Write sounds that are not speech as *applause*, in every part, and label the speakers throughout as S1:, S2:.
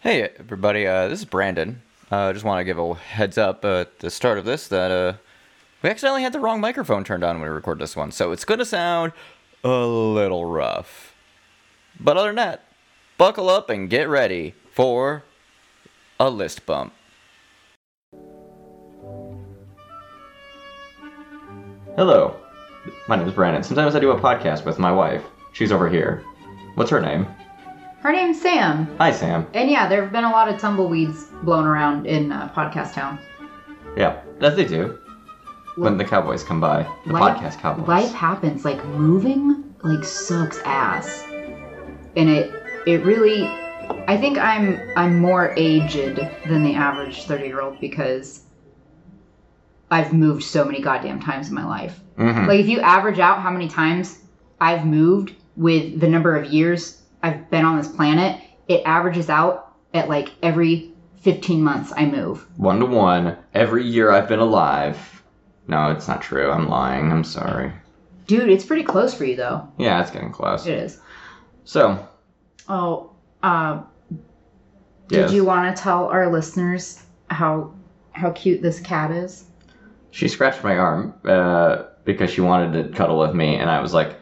S1: Hey, everybody. Uh, this is Brandon. I uh, just want to give a heads up uh, at the start of this that uh, we accidentally had the wrong microphone turned on when we recorded this one, so it's going to sound a little rough. But other than that, buckle up and get ready for a list bump. Hello. My name is Brandon. Sometimes I do a podcast with my wife. She's over here. What's her name?
S2: Her name's Sam.
S1: Hi, Sam.
S2: And yeah, there have been a lot of tumbleweeds blown around in uh, Podcast Town.
S1: Yeah, as they do when the Cowboys come by. The
S2: Life-
S1: podcast Cowboys.
S2: Life happens. Like moving, like sucks ass, and it it really. I think I'm I'm more aged than the average thirty year old because I've moved so many goddamn times in my life.
S1: Mhm.
S2: Like if you average out how many times I've moved with the number of years I've been on this planet, it averages out at like every fifteen months I move.
S1: one to one every year I've been alive. No, it's not true. I'm lying. I'm sorry.
S2: Dude, it's pretty close for you though.
S1: Yeah, it's getting close.
S2: It is.
S1: So,
S2: Oh, uh, did
S1: yes,
S2: you want to tell our listeners how how cute this cat is?
S1: she scratched my arm uh, because she wanted to cuddle with me, and I was like,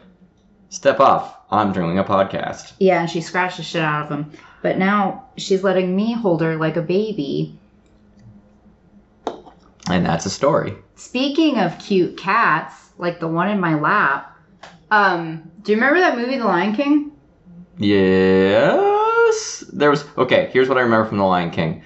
S1: "Step off! I'm doing a podcast."
S2: Yeah, and she scratched the shit out of him. But now she's letting me hold her like a baby.
S1: And that's a story.
S2: Speaking of cute cats, like the one in my lap, um, do you remember that movie The Lion King?
S1: Yes, there was. Okay, here's what I remember from The Lion King.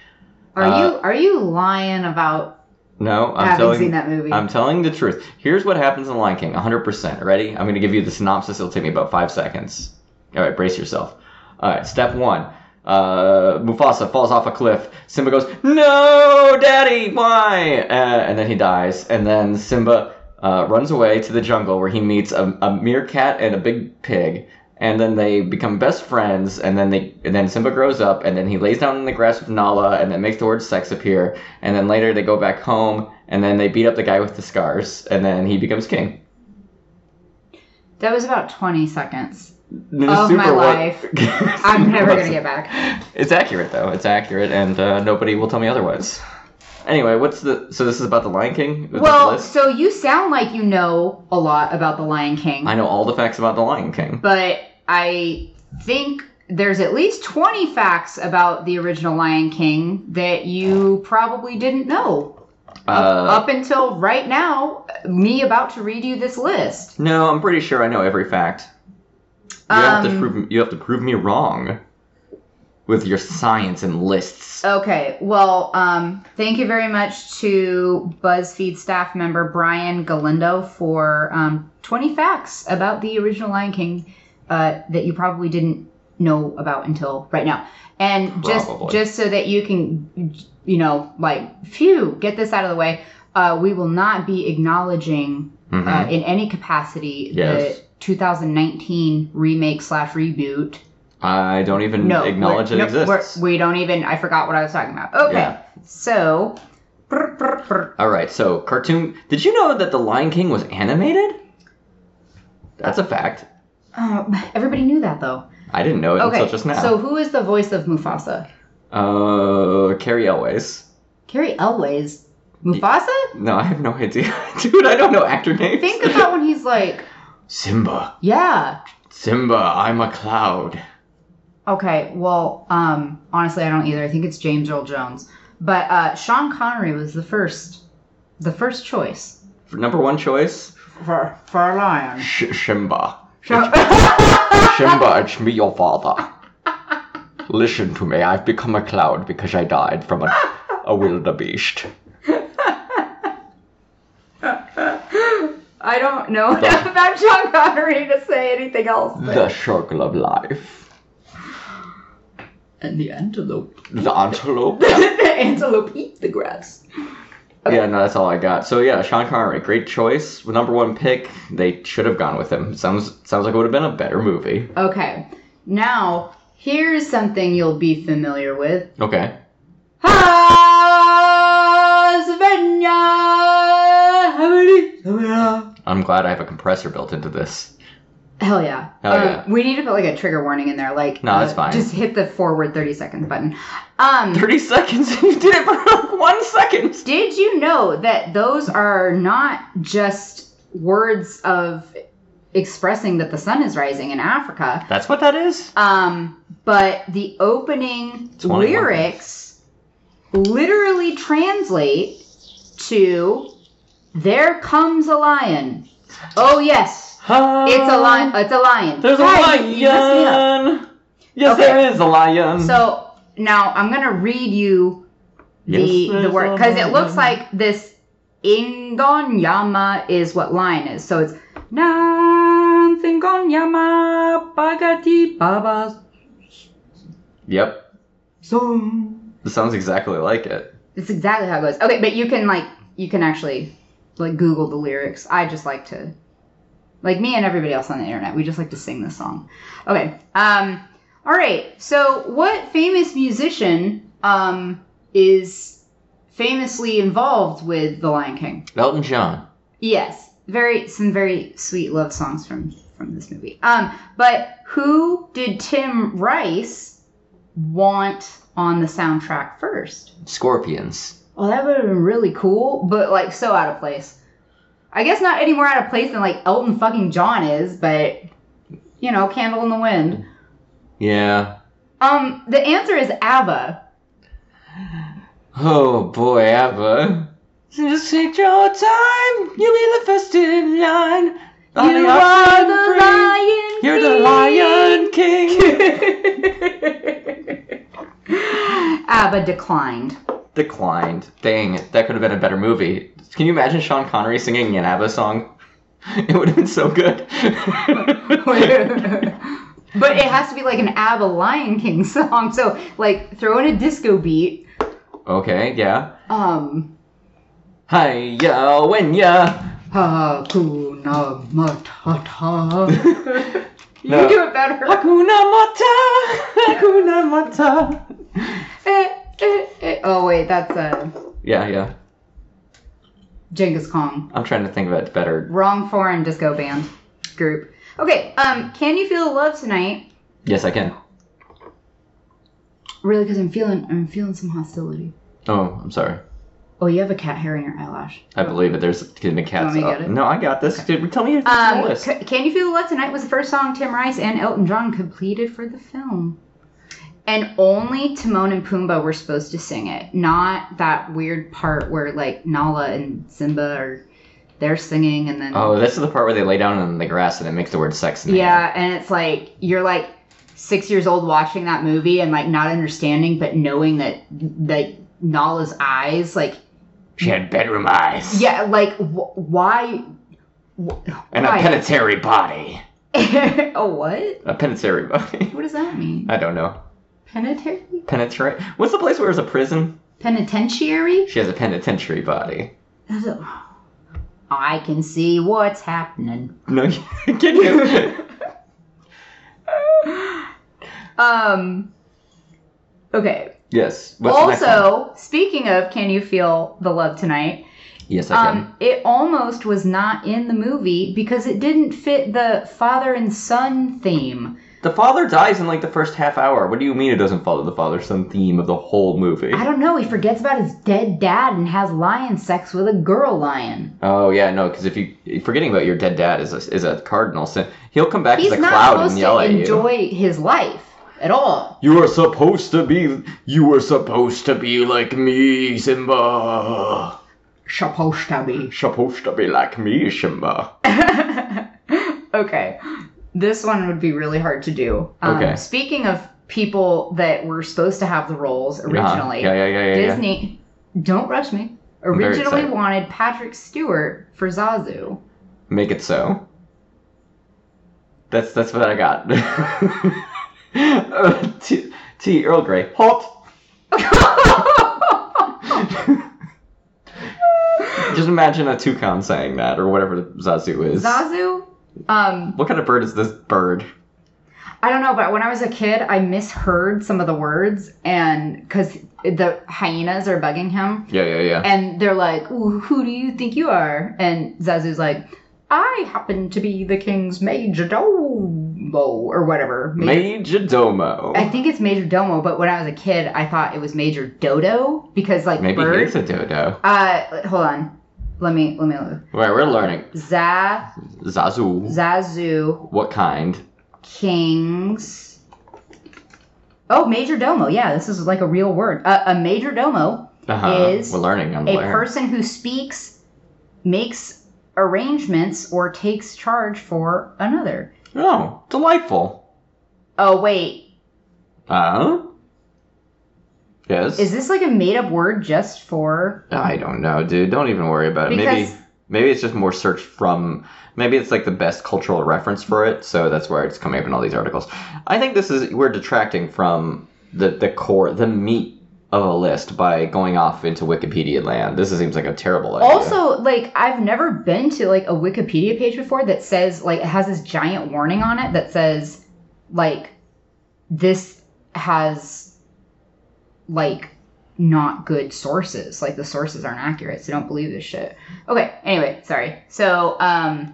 S2: Are
S1: Uh,
S2: you are you lying about
S1: No, I'm
S2: having
S1: telling.
S2: seen that movie?
S1: I'm telling the truth. Here's what happens in Lion King, 100%. Ready? I'm going to give you the synopsis. It'll take me about five seconds. All right, brace yourself. All right, step one. Uh, Mufasa falls off a cliff. Simba goes, No, Daddy, why? Uh, and then he dies. And then Simba uh, runs away to the jungle where he meets a, a meerkat and a big pig. And then they become best friends. And then they, and then Simba grows up. And then he lays down in the grass with Nala. And then makes the word sex appear. And then later they go back home. And then they beat up the guy with the scars. And then he becomes king.
S2: that was about twenty seconds.
S1: Of
S2: Oh, my life. *laughs* I'm never gonna
S1: *laughs*
S2: get back.
S1: It's accurate though. It's accurate, and uh, nobody will tell me otherwise. Anyway, what's the? So this is about the Lion King. Is this the
S2: Well,
S1: list?
S2: so you sound like you know a lot about The Lion King.
S1: I know all the facts about the Lion King.
S2: but I think there's at least 20 facts about the original Lion King that you probably didn't know.
S1: Uh,
S2: Up until right now, me about to read you this list.
S1: no, I'm pretty sure I know every fact. You have to
S2: Um,
S1: prove. You have to prove me wrong. With your science and lists.
S2: Okay, well, um, thank you very much to BuzzFeed staff member Brian Galindo for um, 20 facts about the original Lion King uh, that you probably didn't know about until right now. And just
S1: Probably.
S2: just so that you can, you know, like, phew, get this out of the way, uh, we will not be acknowledging
S1: Mhm.
S2: uh, in any capacity
S1: Yes.
S2: the 2019 remake slash reboot
S1: I don't even acknowledge it
S2: we're- no,
S1: exists.
S2: we're- we don't even. I forgot what I was talking about. Okay,
S1: Yeah.
S2: so brr, brr, brr.
S1: All right. So cartoon. Did you know that the Lion King was animated? That's a fact.
S2: Oh, everybody knew that though.
S1: I didn't know it
S2: Okay,
S1: until just now.
S2: so who is the voice of Mufasa?
S1: Uh, Carrie Elways.
S2: Carrie Elways. Mufasa?
S1: No, I have no idea, *laughs* dude. I don't know actor names.
S2: Think about when he's like,
S1: Simba,
S2: yeah.
S1: Simba, I'm a cloud.
S2: Okay, well, um, honestly, I don't either. I think it's James Earl Jones, but uh, Sean Connery was the first, the first choice
S1: For number one choice,
S2: for for
S1: *laughs*
S2: a lion.
S1: Sh- Simba.
S2: Sean-
S1: Simba, it's me, your father. Listen to me. I've become a cloud because I died from a, a wildebeest.
S2: I don't know enough about Sean Connery to say anything else.
S1: The circle of life.
S2: And
S1: *laughs*
S2: the antelope.
S1: The antelope.
S2: the antelope eat the grass.
S1: Yeah, no, that's all I got. So yeah, Sean Connery, great choice, number one pick. They should have gone with him. Sounds sounds like it would have been a better movie.
S2: Okay, now here's something you'll be familiar with.
S1: Okay.
S2: Hasvenya!
S1: I'm glad I have a compressor built into this.
S2: Hell yeah.
S1: Hell
S2: Um,
S1: yeah.
S2: We need to put like a trigger warning in there. Like, uh,
S1: No, that's fine.
S2: Just hit the forward 30 seconds button. Um,
S1: 30 seconds and you did it for like one second.
S2: did you know that those are not just words of expressing that the sun is rising in Africa?
S1: That's what that is?
S2: Um, but the opening
S1: 21.
S2: lyrics literally translate to "There comes a lion." Oh yes, it's a lion. It's a lion.
S1: Uh, There's a
S2: Guys,
S1: lion.
S2: you- you messed me up.
S1: Yes,
S2: Okay.
S1: there is a lion.
S2: So now I'm gonna read you the
S1: Yes,
S2: the
S1: there's
S2: word
S1: a
S2: because it looks
S1: lion.
S2: like this Ingonyama is what lion is. So it's Nam Ingonyama Bagati Baba
S1: Yep.
S2: Sum.
S1: This sounds exactly like it.
S2: That's exactly how it goes. Okay, but you can like you can actually like Google the lyrics. I just like to like me and everybody else on the internet, we just like to sing this song. Okay. Um all right. So what famous musician um is famously involved with The Lion King?
S1: Elton John.
S2: Yes. Very some very sweet love songs from from this movie. Um but who did Tim Rice want on the soundtrack first?
S1: Scorpions.
S2: Oh, that would have been really cool, but like so out of place. I guess not any more out of place than like Elton fucking John is, but you know, candle in the wind.
S1: Yeah.
S2: Um, the answer is ABBA.
S1: Oh boy, Abba. Just take your time. You be the first in line.
S2: you
S1: Honey, I'm
S2: are
S1: free.
S2: the lion.
S1: You're the Lion King.
S2: lion. *laughs* ABBA declined. *laughs*
S1: Declined. Dang, that could have been a better movie. Can you imagine Sean Connery singing an ABBA song? *laughs* It would have been so
S2: *laughs*
S1: good.
S2: but it has to be like an ABBA Lion King song. So like throw in a disco beat.
S1: okay, yeah.
S2: Um,
S1: Hiya, when
S2: *laughs*
S1: ya.
S2: Hakuna Matata.
S1: Hakuna
S2: You
S1: No.
S2: do it better.
S1: Mata. Hakuna Mata.
S2: *laughs* Eh, eh, eh. Oh wait, that's uh,
S1: Yeah, yeah.
S2: Genghis Kong.
S1: I'm trying to think of it better.
S2: Wrong foreign disco band group. Okay, um, can you feel the love tonight?
S1: Yes, I can.
S2: Really, because I'm feeling, I'm feeling some hostility.
S1: Oh, I'm sorry.
S2: Oh, you have a cat hair in your eyelash.
S1: I believe it. There's gonna be cats.
S2: me to
S1: up.
S2: get it?
S1: No, I got this. Dude, tell me if it's on the
S2: Um,
S1: list.
S2: c- can you feel the love tonight was the first song Tim Rice and Elton John completed for the film, and only Timon and Pumbaa were supposed to sing it. Not that weird part where like Nala and Simba are they're singing and then
S1: oh, this is the part where they lay down in the grass and it makes the word sex. In the air.
S2: yeah, and it's like you're like six years old watching that movie and like not understanding, but knowing that like Nala's eyes, like
S1: She had bedroom eyes.
S2: yeah, like wh- why? *laughs* Wh-
S1: And a
S2: why?
S1: penitentiary body.
S2: a Oh, what?
S1: A penitentiary body. *laughs*
S2: What does that mean?
S1: I don't know.
S2: Penitentiary?
S1: Penitentiary. What's the place where there's a prison?
S2: Penitentiary?
S1: She has a penitentiary body.
S2: I can see what's happening.
S1: No, *laughs* can *laughs* you?
S2: Um. Okay.
S1: yes. What's the next one?
S2: also, speaking of, can you feel the love tonight?
S1: Yes, I can.
S2: Um, it almost was not in the movie because it didn't fit the father and son theme.
S1: the father dies in like the first half hour. What do you mean it doesn't follow the father son theme of the whole movie?
S2: I don't know. He forgets about his dead dad and has lion sex with a girl lion.
S1: Oh yeah, no, because if you forgetting about your dead dad is a, is a cardinal sin. He'll come back
S2: He's
S1: as a
S2: not
S1: cloud and
S2: supposed
S1: yell
S2: to
S1: at you.
S2: enjoy his life at all.
S1: You are supposed to be. You were supposed to be like me, Simba.
S2: Supposed to be.
S1: Supposed to be like me, Simba.
S2: okay. This one would be really hard to do. Um,
S1: Okay.
S2: Speaking of people that were supposed to have the roles originally,
S1: Yeah, yeah, yeah, yeah. yeah.
S2: Disney, don't rush me,
S1: very
S2: originally
S1: excited.
S2: wanted Patrick Stewart for Zazu.
S1: Make it so. That's that's what I got. *laughs* Uh, T, T Earl Grey. Halt. *laughs* Just imagine a toucan saying that, or whatever Zazu is.
S2: Zazu? Um,
S1: What kind of bird is this bird?
S2: I don't know, but when I was a kid, I misheard some of the words, and because the hyenas are bugging him,
S1: Yeah, yeah, yeah.
S2: and they're like, "Ooh, "Who do you think you are?" And Zazu's like, "I happen to be the king's major Bow or whatever. Ma-
S1: Major Domo.
S2: I think it's Major Domo, but when I was a kid, I thought it was Major Dodo because like
S1: Maybe
S2: bird.
S1: he's a dodo.
S2: Uh, hold on. Let me let me look.
S1: Right, we're learning.
S2: Za
S1: Zazu.
S2: Zazu
S1: what kind?
S2: Kings. Oh, major domo. Yeah, this is like a real word. Uh, a major domo,
S1: Uh-huh.
S2: Is
S1: we're learning. I'm
S2: a
S1: learning.
S2: person who speaks, makes arrangements, or takes charge for another.
S1: oh, delightful.
S2: Oh, wait.
S1: Uh. Yes.
S2: Is this like a made up word just for.
S1: I don't know, dude. Don't even worry about it.
S2: Because
S1: Maybe maybe it's just more search from maybe it's like the best cultural reference for it, so that's where it's coming up in all these articles. I think this is we're detracting from the the core, the meat of a list by going off into Wikipedia land. This seems like a terrible idea.
S2: Also, like I've never been to like a Wikipedia page before that says like it has this giant warning on it that says like this has like not good sources. Like the sources aren't accurate, so don't believe this shit. Okay, anyway, sorry. So, um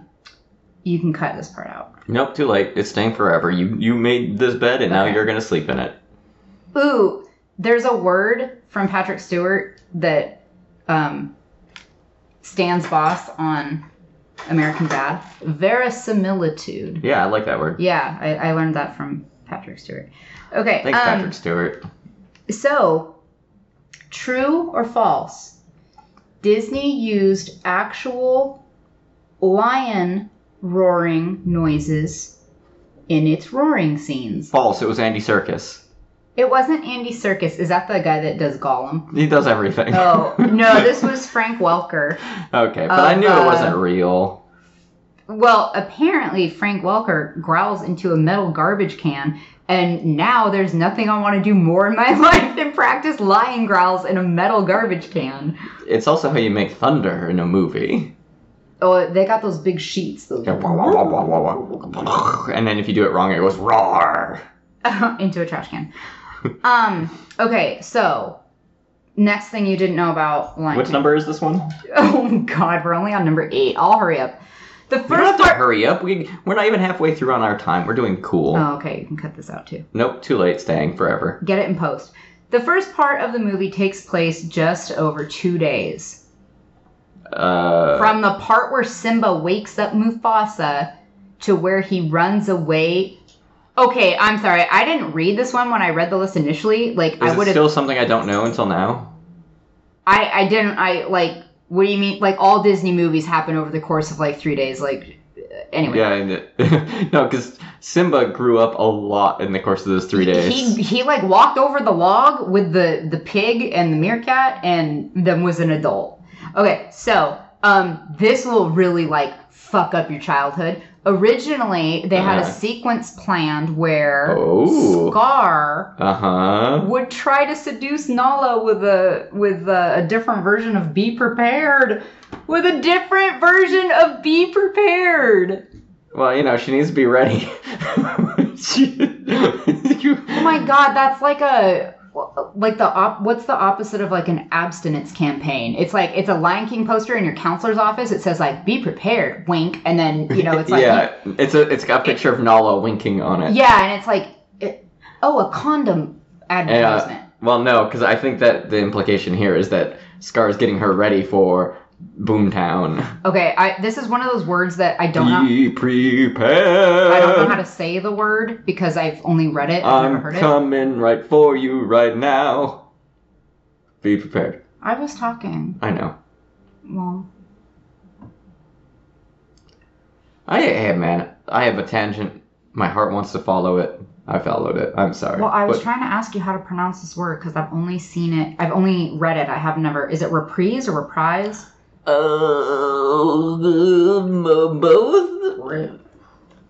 S2: you can cut this part out.
S1: Nope, too late. It's staying forever. You you made this bed and now
S2: Okay.
S1: you're gonna sleep in it.
S2: Ooh, there's a word from Patrick Stewart that um, stands boss on American Dad. Verisimilitude.
S1: Yeah, I like that word.
S2: Yeah, I, I learned that from Patrick Stewart. Okay.
S1: Thanks,
S2: um,
S1: Patrick Stewart.
S2: So, true or false? Disney used actual lion roaring noises in its roaring scenes.
S1: False. It was Andy Circus.
S2: It wasn't Andy Circus. Is that the guy that does Gollum?
S1: He does everything. *laughs*
S2: Oh no, this was Frank Welker.
S1: okay, but I
S2: Of,
S1: knew
S2: uh,
S1: it wasn't real.
S2: Well, apparently Frank Welker growls into a metal garbage can, and now there's nothing I want to do more in my *laughs* life than practice lion growls in a metal garbage can.
S1: It's also how you make thunder in a movie.
S2: *laughs* Oh, they got those big sheets. Those
S1: Yeah, wah, wah, wah, wah, wah, wah. And then if you do it wrong, it goes roar.
S2: *laughs* into a trash can. Um. Okay, so next thing you didn't know about lion.
S1: Which
S2: King.
S1: number is this one?
S2: *laughs* Oh God, we're only on number eight. I'll hurry up. The
S1: You don't
S2: first
S1: have to
S2: part.
S1: hurry up. We, we're not even halfway through on our time. We're doing cool.
S2: Oh, okay, you can cut this out too.
S1: Nope, too late. Staying forever.
S2: Get it in post. The first part of the movie takes place just over two days.
S1: Uh,
S2: From the part where Simba wakes up Mufasa to where he runs away. Okay, I'm sorry. I didn't read this one when I read the list initially. Like
S1: is
S2: I would
S1: it
S2: have
S1: still something I don't know until now?
S2: I, I didn't I like what do you mean like all Disney movies happen over the course of like three days, like anyway.
S1: Yeah, and it- *laughs* no, because Simba grew up a lot in the course of those three days.
S2: He he like walked over the log with the the pig and the meerkat and then was an adult. Okay, so um this will really like fuck up your childhood. Originally, they had a
S1: Uh-huh.
S2: sequence planned where
S1: Oh.
S2: Scar
S1: Uh huh.
S2: would try to seduce Nala with a with a, a different version of Be Prepared. With a different version of Be Prepared.
S1: Well, you know, she needs to be ready. *laughs* She-
S2: Oh my god, that's like a like the op- what's the opposite of like an abstinence campaign? It's like it's a Lion King poster in your counselor's office. It says like "Be prepared," wink, and then you
S1: *laughs*
S2: know it's like yeah,
S1: yeah, it's a it's got a picture of Nala winking on it.
S2: and it's like it, oh, a condom advertisement.
S1: Well, no, because I think that the implication here is that Scar is getting her ready for Boomtown.
S2: Okay, I this is one of those words that I don't know.
S1: Be prepared.
S2: I don't know how to say the word because I've only read it. I've never
S1: I'm
S2: heard it.
S1: coming right for you right now. Be prepared.
S2: I was talking.
S1: I know.
S2: Well,
S1: I hey man, I have a tangent. My heart wants to follow it. I followed it. I'm sorry.
S2: well, I was
S1: But
S2: trying to ask you how to pronounce this word because I've only seen it. I've only read it. I have never. Is it reprise or reprise?
S1: Uh, m- both?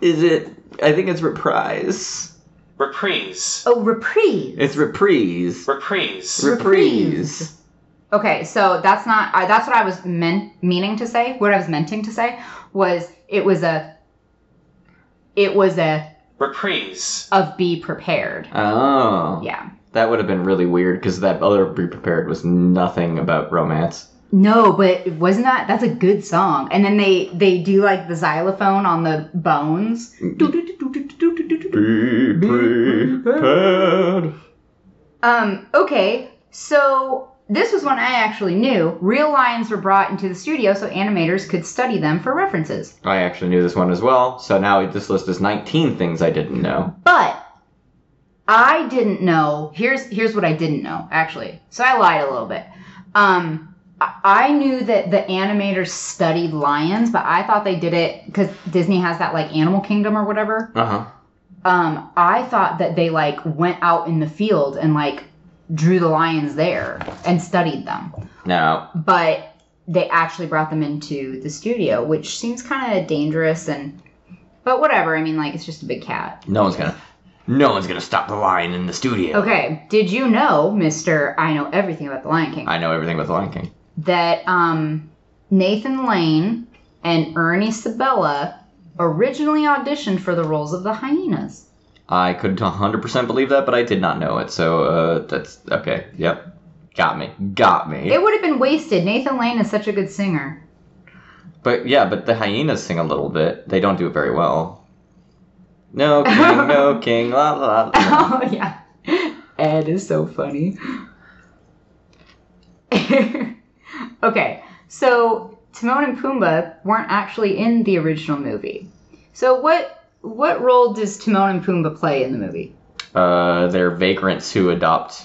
S1: Is it? I think it's reprise.
S3: Reprise.
S2: Oh, reprise.
S1: It's reprise.
S3: Reprise.
S2: Reprise. Okay, so that's not I, that's what I was meant meaning to say. What I was menting to say was it was a it was a
S3: Reprise.
S2: of be prepared.
S1: Oh.
S2: Yeah.
S1: That would have been really weird because that other Be Prepared was nothing about romance.
S2: No, but wasn't that that's a good song? And then they they do like the xylophone on the bones.
S1: Be prepared.
S2: Um, okay, so this was one I actually knew. Real lions were brought into the studio so animators could study them for references.
S1: I actually knew this one as well, so now this list is 19 things I didn't know.
S2: But I didn't know. Here's here's what I didn't know actually. So I lied a little bit. Um, I- I knew that the animators studied lions, but I thought they did it because Disney has that like Animal Kingdom or whatever.
S1: Uh huh.
S2: Um, I thought that they like went out in the field and like drew the lions there and studied them,
S1: No.
S2: but they actually brought them into the studio, which seems kind of dangerous and. But whatever, I mean, like, it's just a big cat.
S1: No one's gonna. No one's gonna stop the lion in the studio.
S2: Okay, did you know, Mr. I Know Everything About the Lion King?
S1: I know everything about the Lion King.
S2: that um, Nathan Lane and Ernie Sabella originally auditioned for the roles of the hyenas.
S1: I could 100% believe that, but I did not know it. So uh, that's okay. Yep, got me, got me.
S2: It would have been wasted. Nathan Lane is such a good singer. *laughs*
S1: but yeah, but the hyenas sing a little bit. They don't do it very well. No king,
S2: *laughs*
S1: no king, la la. la.
S2: Oh yeah, Ed is so funny. *laughs* okay, so Timon and Pumbaa weren't actually in the original movie. So what what role does Timon and Pumbaa play in the movie? *laughs*
S1: Uh, they're vagrants who adopt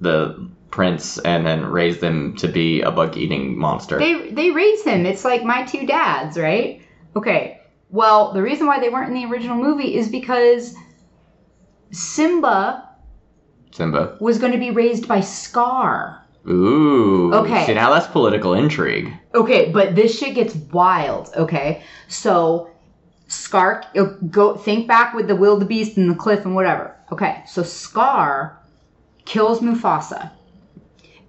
S1: the prince and then raise them to be a bug-eating monster.
S2: They they raise him. It's like my two dads, right? Okay. Well, the reason why they weren't in the original movie is because Simba
S1: Simba.
S2: was going to be raised by Scar.
S1: Ooh.
S2: Okay.
S1: See now that's political intrigue.
S2: Okay, but this shit gets wild. Okay, so Scar, uh, go think back with the wildebeest and the cliff and whatever. Okay, so Scar kills Mufasa,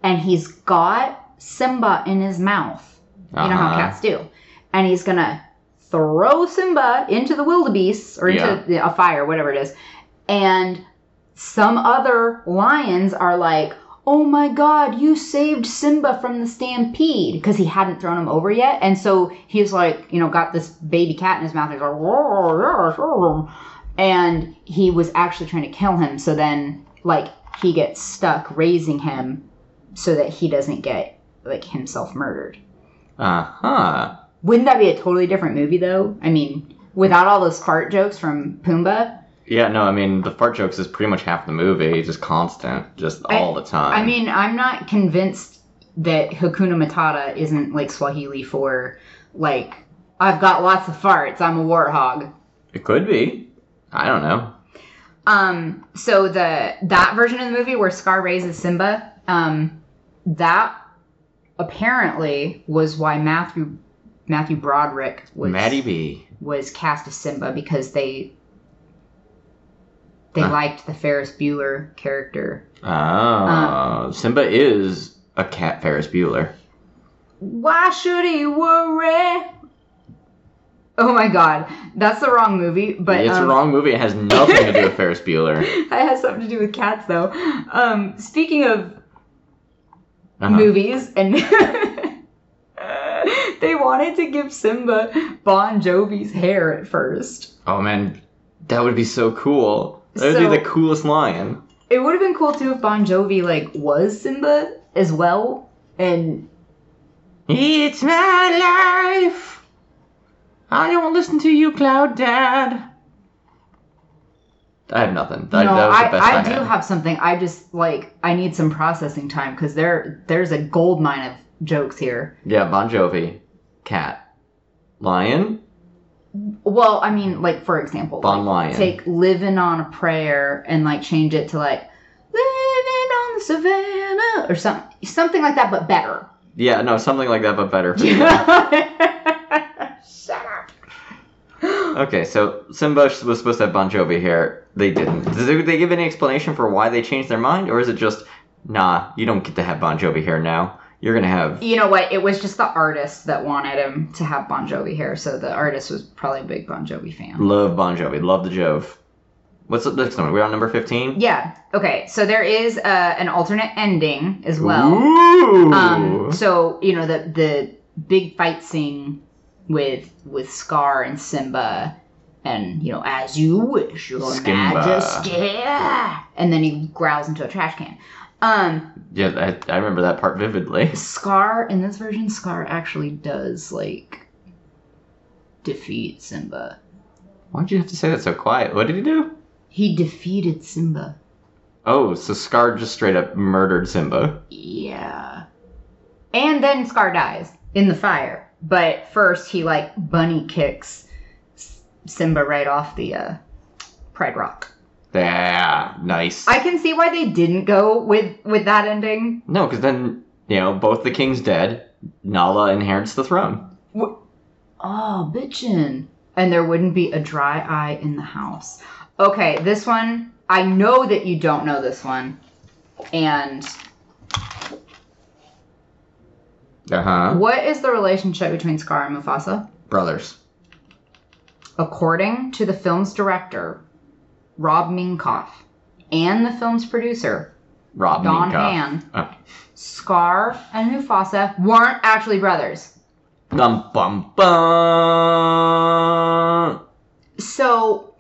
S2: and he's got Simba in his mouth. You know how
S1: Uh-huh.
S2: cats do, and he's gonna throw Simba into the wildebeest or into
S1: Yeah.
S2: the, a fire, whatever it is, and some other lions are like, "Oh my god, you saved Simba from the stampede" because he hadn't thrown him over yet, and so he's like, you know, got this baby cat in his mouth. And he's like, "Roar, yes, roar." and he was actually trying to kill him. So then, like, he gets stuck raising him so that he doesn't get like himself murdered.
S1: Uh huh.
S2: Wouldn't that be a totally different movie though? I mean, without all those fart jokes from Pumbaa.
S1: Yeah, no, I mean the fart jokes is pretty much half the movie, just constant, just
S2: I-
S1: all the time.
S2: I mean, I'm not convinced that Hakuna Matata isn't like Swahili for like I've got lots of farts. I'm a warthog.
S1: it could be. I don't know.
S2: Um, so the that version of the movie where Scar raises Simba, um, that apparently was why Matthew Matthew Broderick was
S1: Maddie B.
S2: was cast as Simba because they they
S1: Huh.
S2: liked the Ferris Bueller character.
S1: Oh,
S2: Uh,
S1: Simba is a cat Ferris Bueller.
S2: Why should he worry? Oh my god, that's the wrong movie, but
S1: it's
S2: um,
S1: a
S2: *laughs*
S1: wrong movie. It has nothing to do with Ferris Bueller.
S2: It has something to do with cats though. Um, speaking of
S1: Uh-huh.
S2: movies and *laughs* they wanted to give Simba Bon Jovi's hair at first.
S1: Oh man, that would be so cool. That would
S2: So-
S1: be the coolest lion.
S2: It would have been cool too if Bon Jovi like was Simba as well and
S1: It's my life. I don't listen to you, Cloud Dad. I have nothing. That,
S2: no,
S1: that was the best
S2: I,
S1: I,
S2: I do
S1: had.
S2: have something. I just like I need some processing time because there there's a gold mine of jokes here.
S1: Yeah, Bon Jovi, cat, lion.
S2: Well, I mean, like for example,
S1: Bon
S2: like,
S1: Lion.
S2: take "Living on a Prayer" and like change it to like "Living on the Savannah" or something something like that, but better. *laughs*
S1: Yeah, no, something like that, but better. For you.
S2: Shut up.
S1: okay, so Simba was supposed to have Bon Jovi here. They didn't. Did they give any explanation for why they changed their mind, or is it just, nah, you don't get to have Bon Jovi here now. You're gonna have.
S2: You know what? It was just the artist that wanted him to have
S1: Mm.
S2: Bon Jovi hair, so the artist was probably a big Bon Jovi fan.
S1: Love Bon Jovi. Love the Jove. What's the next number? We're on number 15?
S2: Yeah. Okay. So there is uh, an alternate ending as well.
S1: Ooh.
S2: Um, so you know the the big fight scene with with Scar and Simba, and you know as you wish, Your
S1: Skimba.
S2: Majesty, and then he growls into a trash can. Um,
S1: yeah, I, I remember that part vividly.
S2: Scar in this version, Scar actually does like defeat Simba.
S1: Why'd you have to say that so quiet? What did he do?
S2: He defeated Simba.
S1: Oh, so Scar just straight up murdered Simba.
S2: Yeah. And then Scar dies in the fire. But first, he like bunny kicks S- Simba right off the uh, Pride Rock.
S1: Yeah, nice.
S2: I can see why they didn't go with with that ending.
S1: No, because then, you know, both the king's dead. Nala inherits the throne.
S2: Oh, bitchin'. And there wouldn't be a dry eye in the house. Okay, this one I know that you don't know this one, and
S1: Uh huh.
S2: what is the relationship between Scar and Mufasa?
S1: Brothers.
S2: According to the film's director, Rob Minkoff, and the film's producer,
S1: Rob
S2: Don
S1: Minkoff.
S2: Han,
S1: Oh.
S2: Scar and Mufasa weren't actually brothers.
S1: Dum bum bum.
S2: So,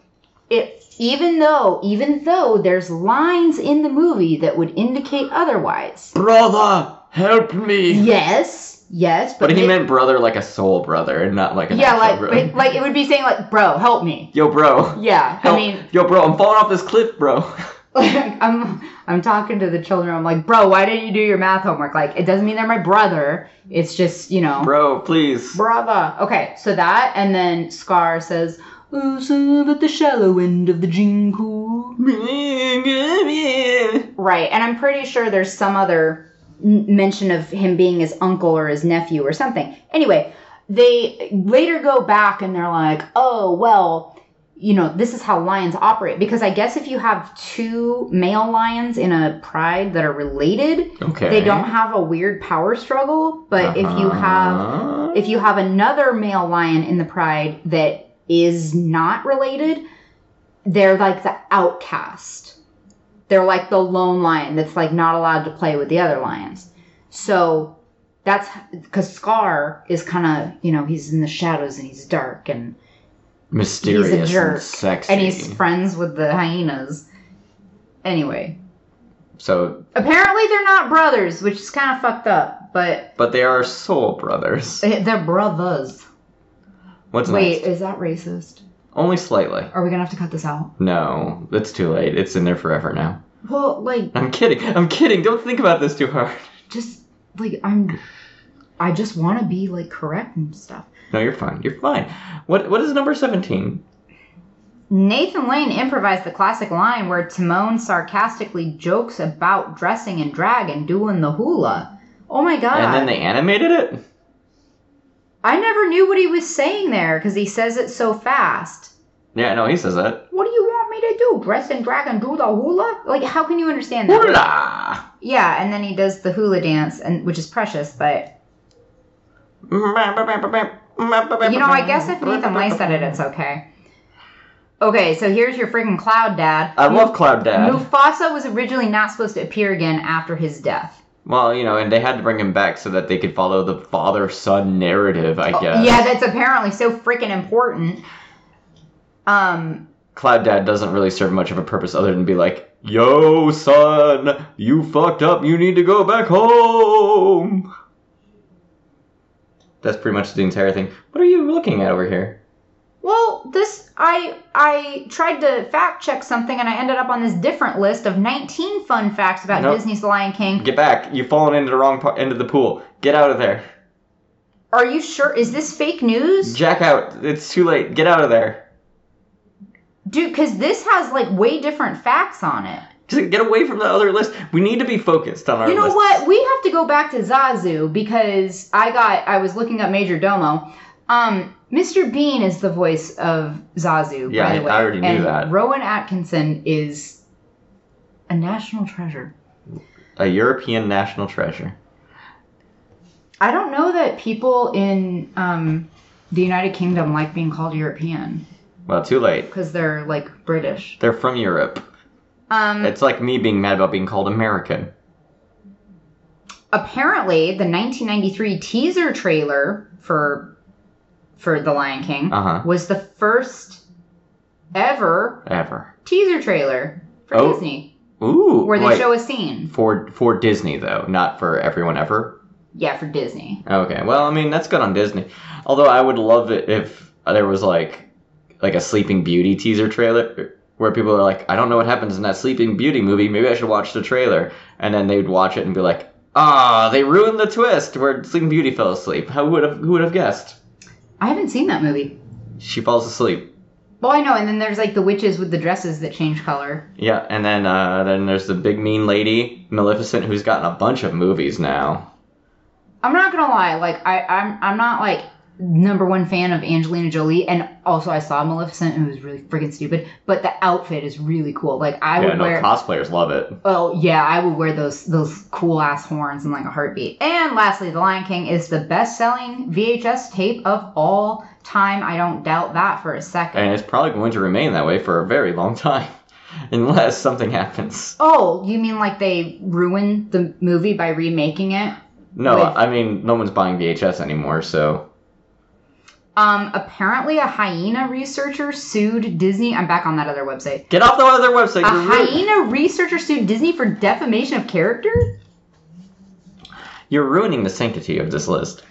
S2: it, even though even though there's lines in the movie that would indicate otherwise,
S1: Brother, help me.
S2: yes, yes,
S1: But he
S2: it-
S1: meant brother like a soul brother, and not like an
S2: yeah,
S1: actual
S2: like
S1: bro.
S2: but, like it would be saying like, bro, help me.
S1: Yo, bro.
S2: Yeah,
S1: Help.
S2: I mean,
S1: Yo, bro, I'm falling off this cliff, bro. *laughs*
S2: *laughs* like, I'm I'm talking to the children. I'm like, bro, why didn't you do your math homework? Like, it doesn't mean they're my brother. It's just you know,
S1: bro, please.
S2: brava. Okay, so that and then Scar says, "Oh, serve at the shallow end of the gene pool." Right, and I'm pretty sure there's some other n- mention of him being his uncle or his nephew or something. Anyway, they later go back and they're like, oh, well, you know, this is how lions operate. Because I guess if you have two male lions in a pride that are related,
S1: Okay.
S2: they don't have a weird power struggle. But if you have.
S1: Uh-huh.
S2: If you have another male lion in the pride that is not related, they're like the outcast. They're like the lone lion that's like not allowed to play with the other lions. So that's because Scar is kind of, you know, he's in the shadows and he's dark and,
S1: mysterious
S2: jerk,
S1: and sexy.
S2: and he's friends with the hyenas. Anyway,
S1: so,
S2: apparently they're not brothers, which is kind of fucked up, but
S1: but they are soul brothers.
S2: eh, they're brothers.
S1: What's
S2: Wait,
S1: next?
S2: is that racist?
S1: Only slightly.
S2: Are we going to have to cut this out?
S1: No, it's too late. It's in there forever now.
S2: Well, like,
S1: I'm kidding. I'm kidding. Don't think about this too hard.
S2: just like I'm, I just want to be like correct and stuff.
S1: No, you're fine. You're fine. What What is number 17?
S2: Nathan Lane improvised the classic line where Timon sarcastically jokes about dressing in drag and doing the hula. Oh my god!
S1: And then they animated it?
S2: I never knew what he was saying there because he says it so fast.
S1: Yeah, no, he says that.
S2: What do you want me to do? Dress in drag and do the hula? Like, how can you understand that?
S1: Hoorah!
S2: Yeah, and then he does the hula dance, and which is precious, but You
S1: You
S2: know, I guess if Nathan Lane said it, it's okay. Okay, so here's your freaking cloud, Dad.
S1: I love Cloud Dad.
S2: Mufasa was originally not supposed to appear again after his death.
S1: Well, you know, and they had to bring him back so that they could follow the father son narrative, I guess.
S2: Oh, Yeah, that's apparently so freaking important. Um,
S1: Cloud Dad doesn't really serve much of a purpose other than be like, Yo, son, you fucked up. You need to go back home. That's pretty much the entire thing. What are you looking at over here?
S2: well, this I I tried to fact check something and I ended up on this different list of 19 fun facts about
S1: Nope.
S2: Disney's The Lion King.
S1: Get back. You've fallen into the wrong part, end of the pool. Get out of there.
S2: Are you sure? Is this fake news?
S1: Jack out. It's too late. Get out of there.
S2: Dude, because this has like way different facts on it.
S1: Just get away from the other list. We need to be focused on our
S2: You know
S1: list.
S2: what? We have to go back to Zazu because I got I was looking up Major Domo. Um, Mr. Bean is the voice of Zazu.
S1: Yeah,
S2: by the
S1: I-
S2: way.
S1: I already knew
S2: and
S1: that.
S2: Rowan Atkinson is a national treasure.
S1: A European national treasure.
S2: I don't know that people in um, the United Kingdom like being called European.
S1: Well, too late.
S2: because they're like British.
S1: They're from Europe.
S2: Um,
S1: It's like me being mad about being called American.
S2: apparently, the 1993 teaser trailer for for The Lion King
S1: Uh huh.
S2: was the first ever
S1: Ever.
S2: teaser trailer for
S1: Oh.
S2: Disney
S1: Ooh.
S2: where they
S1: wait.
S2: show a scene.
S1: for for Disney though, not for everyone ever.
S2: Yeah, for Disney.
S1: Okay. Well, I mean that's good on Disney. Although I would love it if there was like like a Sleeping Beauty teaser trailer where people are like, I don't know what happens in that Sleeping Beauty movie. Maybe I should watch the trailer, and then they would watch it and be like, Ah, they ruined the twist where Sleeping Beauty fell asleep. How would have who would have guessed?
S2: I haven't seen that movie.
S1: She falls asleep.
S2: Well, I know, and then there's like the witches with the dresses that change color.
S1: Yeah, and then uh, then there's the big mean lady Maleficent, who's gotten a bunch of movies now.
S2: I'm not gonna lie, like I, I'm I'm not like number one fan of Angelina Jolie, and also I saw Maleficent and it was really freaking stupid. But the outfit is really cool. Like I
S1: yeah,
S2: would
S1: no,
S2: wear,
S1: cosplayers love it.
S2: oh yeah, I would wear those those cool ass horns in like a heartbeat. And lastly, The Lion King is the best selling VHS tape of all time. I don't doubt that for a second.
S1: and it's probably going to remain that way for a very long time, *laughs* unless something happens.
S2: Oh, you mean like they ruined the movie by remaking it?
S1: No,
S2: With-
S1: I mean no one's buying VHS anymore, so
S2: Um, apparently a hyena researcher sued Disney. I'm back on that other website.
S1: get off the other website.
S2: A
S1: you're ruin-
S2: hyena researcher sued Disney for defamation of character?
S1: you're ruining the sanctity of this list.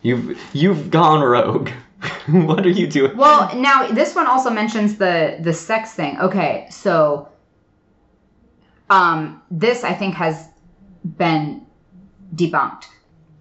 S1: You've you've gone rogue. *laughs* what are you doing?
S2: Well, now this one also mentions the the sex thing. Okay, so um this I think has been debunked.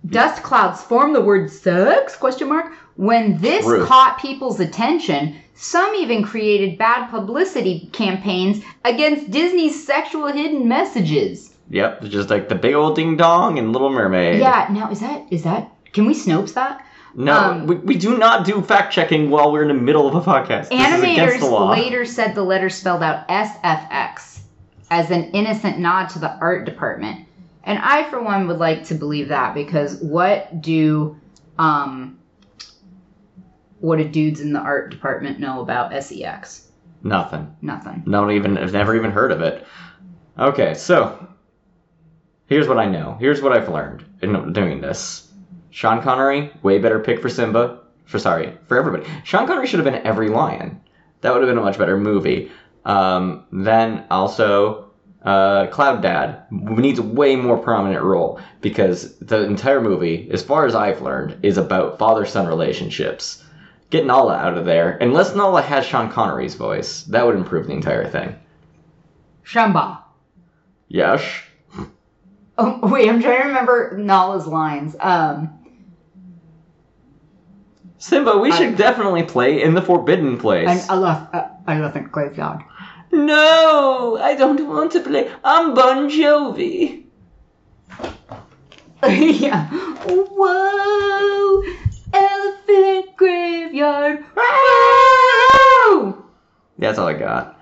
S2: Dust clouds form the word sex question mark when this
S1: True.
S2: caught people's attention. Some even created bad publicity campaigns against Disney's sexual hidden messages.
S1: Yep, just like the big old ding dong and Little Mermaid.
S2: Yeah, now is that is that can we Snopes that?
S1: No,
S2: um,
S1: we, we do not do fact checking while we're in the middle of a podcast. this is against the
S2: Animators
S1: law.
S2: later said the letter spelled out SFX as an innocent nod to the art department. And I, for one, would like to believe that because what do um, what do dudes in the art department know about SEX?
S1: Nothing.
S2: Nothing.
S1: Not even I've never even heard of it. Okay, so here's what I know. Here's what I've learned in doing this. Sean Connery, way better pick for Simba. For sorry, for everybody. Sean Connery should have been every lion. That would have been a much better movie. Um, then also uh, Cloud Dad needs a way more prominent role because the entire movie, as far as I've learned, is about father-son relationships. Get Nala out of there. Unless Nala has Sean Connery's voice, that would improve the entire thing.
S2: Shamba. *laughs*
S1: Yes.
S2: Oh wait, I'm trying to remember Nala's lines. Um,
S1: Simba, we
S2: I-
S1: should definitely play in the Forbidden
S2: an
S1: Place.
S2: elef- uh, elephant graveyard. *laughs*
S1: no, I don't want to play. I'm Bon Jovi.
S2: yeah. Whoa, elephant graveyard. Whoa!
S1: That's all I got.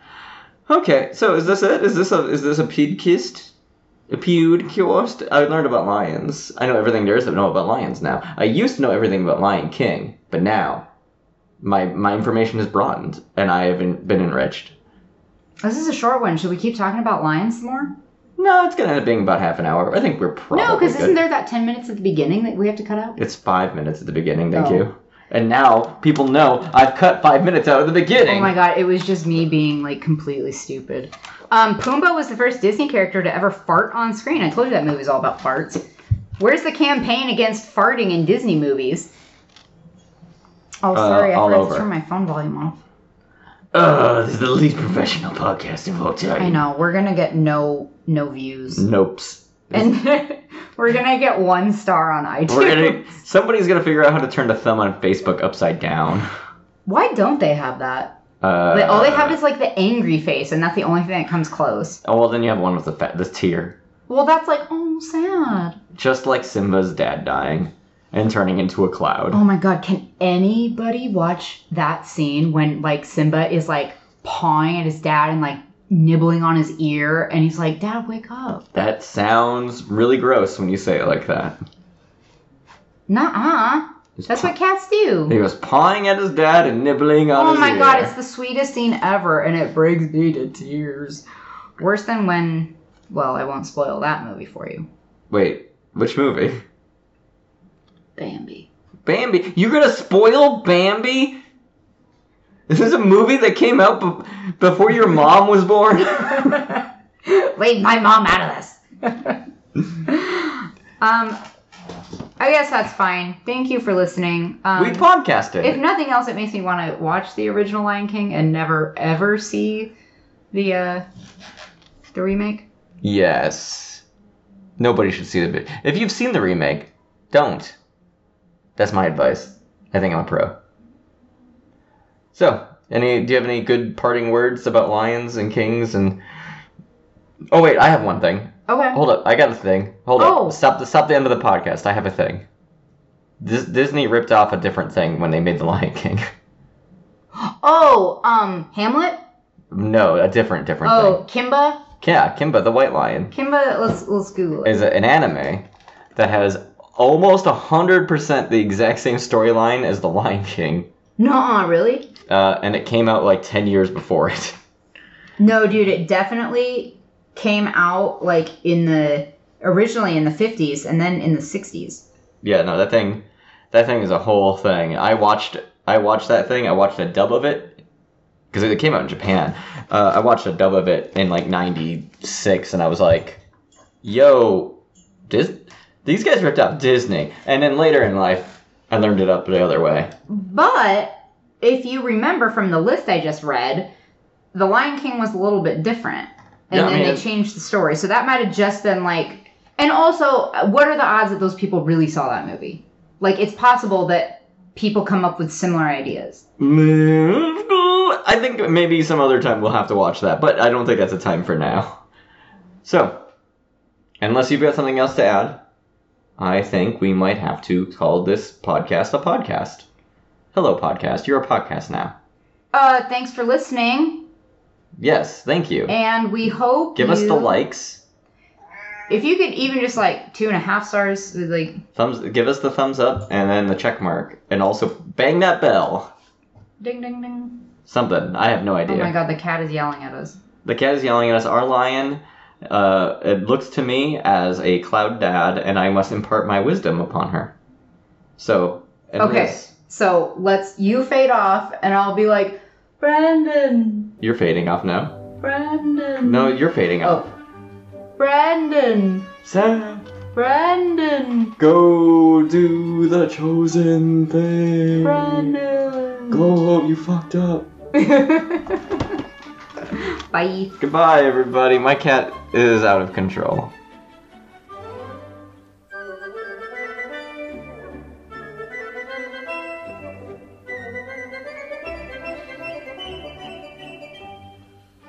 S1: Okay, so is this it? Is this a is this a pedkist? A pedkist? I learned about lions. I know everything there is to know about lions now. I used to know everything about Lion King, but now my my information is broadened and I have been, been enriched.
S2: This is a short one. Should we keep talking about lions some more?
S1: No, it's gonna end up being about half an hour. I think we're probably
S2: no, because
S1: good.
S2: isn't there that 10 minutes at the beginning that we have to cut out?
S1: It's five minutes at the beginning. Thank
S2: Oh.
S1: you. And now people know I've cut five minutes out of the beginning.
S2: Oh my god, it was just me being like completely stupid. Um, Pumbaa was the first Disney character to ever fart on screen. I told you that movie was all about farts. Where's the campaign against farting in Disney movies? Oh,
S1: Uh,
S2: sorry, I
S1: all
S2: forgot
S1: over.
S2: to turn my phone volume off.
S1: Ugh, this is the least professional podcast of all time.
S2: I know we're gonna get no no views.
S1: Nopes.
S2: and *laughs* we're gonna get one star on iTunes.
S1: Mm. We're
S2: *laughs*
S1: gonna, somebody's gonna figure out how to turn the thumb on Facebook upside down.
S2: Why don't they have that?
S1: Uh,
S2: Like, all they have is like the angry face, and that's the only thing that comes close.
S1: Oh well, then you have one with the fa- the tear,
S2: Well, that's like oh sad.
S1: just like Simba's dad dying and turning into a cloud.
S2: Oh my god, can anybody watch that scene when like Simba is like pawing at his dad and like nibbling on his ear, and he's like, "Dad, wake up!"
S1: That sounds really gross when you say it like that.
S2: Nuh-uh.
S1: He's
S2: That's
S1: paw-
S2: what cats do.
S1: He was pawing at his dad and nibbling on
S2: Oh
S1: his
S2: my
S1: ear.
S2: god, it's the sweetest scene ever, and it brings me to tears. Worse than when, well, I won't spoil that movie for you.
S1: Wait, which movie?
S2: Bambi.
S1: Bambi. You're gonna spoil Bambi? This is a movie that came out be- before your mom was
S2: *laughs*
S1: born.
S2: Leave my mom out of this. *laughs* um, I guess that's fine. Thank you for listening. Um,
S1: we podcasted.
S2: if nothing else, it makes me want to watch the original Lion King and never ever see the uh, the remake.
S1: yes. Nobody should see the video. If you've seen the remake, don't. That's my advice. I think I'm a pro. So, any? Do you have any good parting words about lions and kings and? Oh wait, I have one thing.
S2: Okay.
S1: Hold up, I got a thing. Hold
S2: Oh.
S1: up. Stop the stop the end of the podcast. I have a thing. Dis- Disney ripped off a different thing when they made The Lion King. *laughs*
S2: Oh, um, Hamlet.
S1: no, a different different
S2: Oh, Kimba.
S1: thing. Yeah, Kimba the White Lion
S2: Kimba. Let's let's Google it.
S1: is a- an anime that has almost 100% the exact same storyline as The Lion King.
S2: No, really?
S1: Uh, and it came out like 10 years before it. *laughs*
S2: No, dude, it definitely came out like in the originally in the 50s and then in the 60s.
S1: Yeah, no, that thing, that thing is a whole thing. I watched, I watched that thing. I watched a dub of it because it came out in Japan. Uh, I watched a dub of it in like '96, and I was like, "Yo, Dis- these guys ripped off Disney." And then later in life, I learned it up the other way.
S2: But if you remember from the list I just read, The Lion King was a little bit different. And
S1: Yeah, I
S2: then
S1: mean,
S2: they
S1: it-
S2: changed the story. So that might have just been like And also, what are the odds that those people really saw that movie? Like it's possible that people come up with similar ideas.
S1: I think maybe some other time we'll have to watch that, but I don't think that's a time for now. So, unless you've got something else to add, I think we might have to call this podcast a podcast. Hello, podcast. You're a podcast now.
S2: Uh, thanks for listening,
S1: Yes, thank you.
S2: and we hope
S1: Give us the
S2: you-
S1: likes.
S2: If you could even just like two and a half stars, with, like
S1: Thumbs. Give us the thumbs up and then the check mark, and also bang that bell.
S2: ding ding ding.
S1: Something. I have no idea.
S2: Oh my god, the cat is yelling at us.
S1: The cat is yelling at us. Our lion, uh, it looks to me as a cloud dad, and I must impart my wisdom upon her. So, and
S2: Okay.
S1: this-
S2: So let's you fade off, and I'll be like, Brandon,
S1: you're fading off now.
S2: Brandon.
S1: No, you're fading off.
S2: Oh, Brandon,
S1: So
S2: Brandon,
S1: go do the chosen thing.
S2: Brandon.
S1: Glow up, you fucked up.
S2: Bye. *laughs*
S1: Goodbye, everybody. My cat is out of control.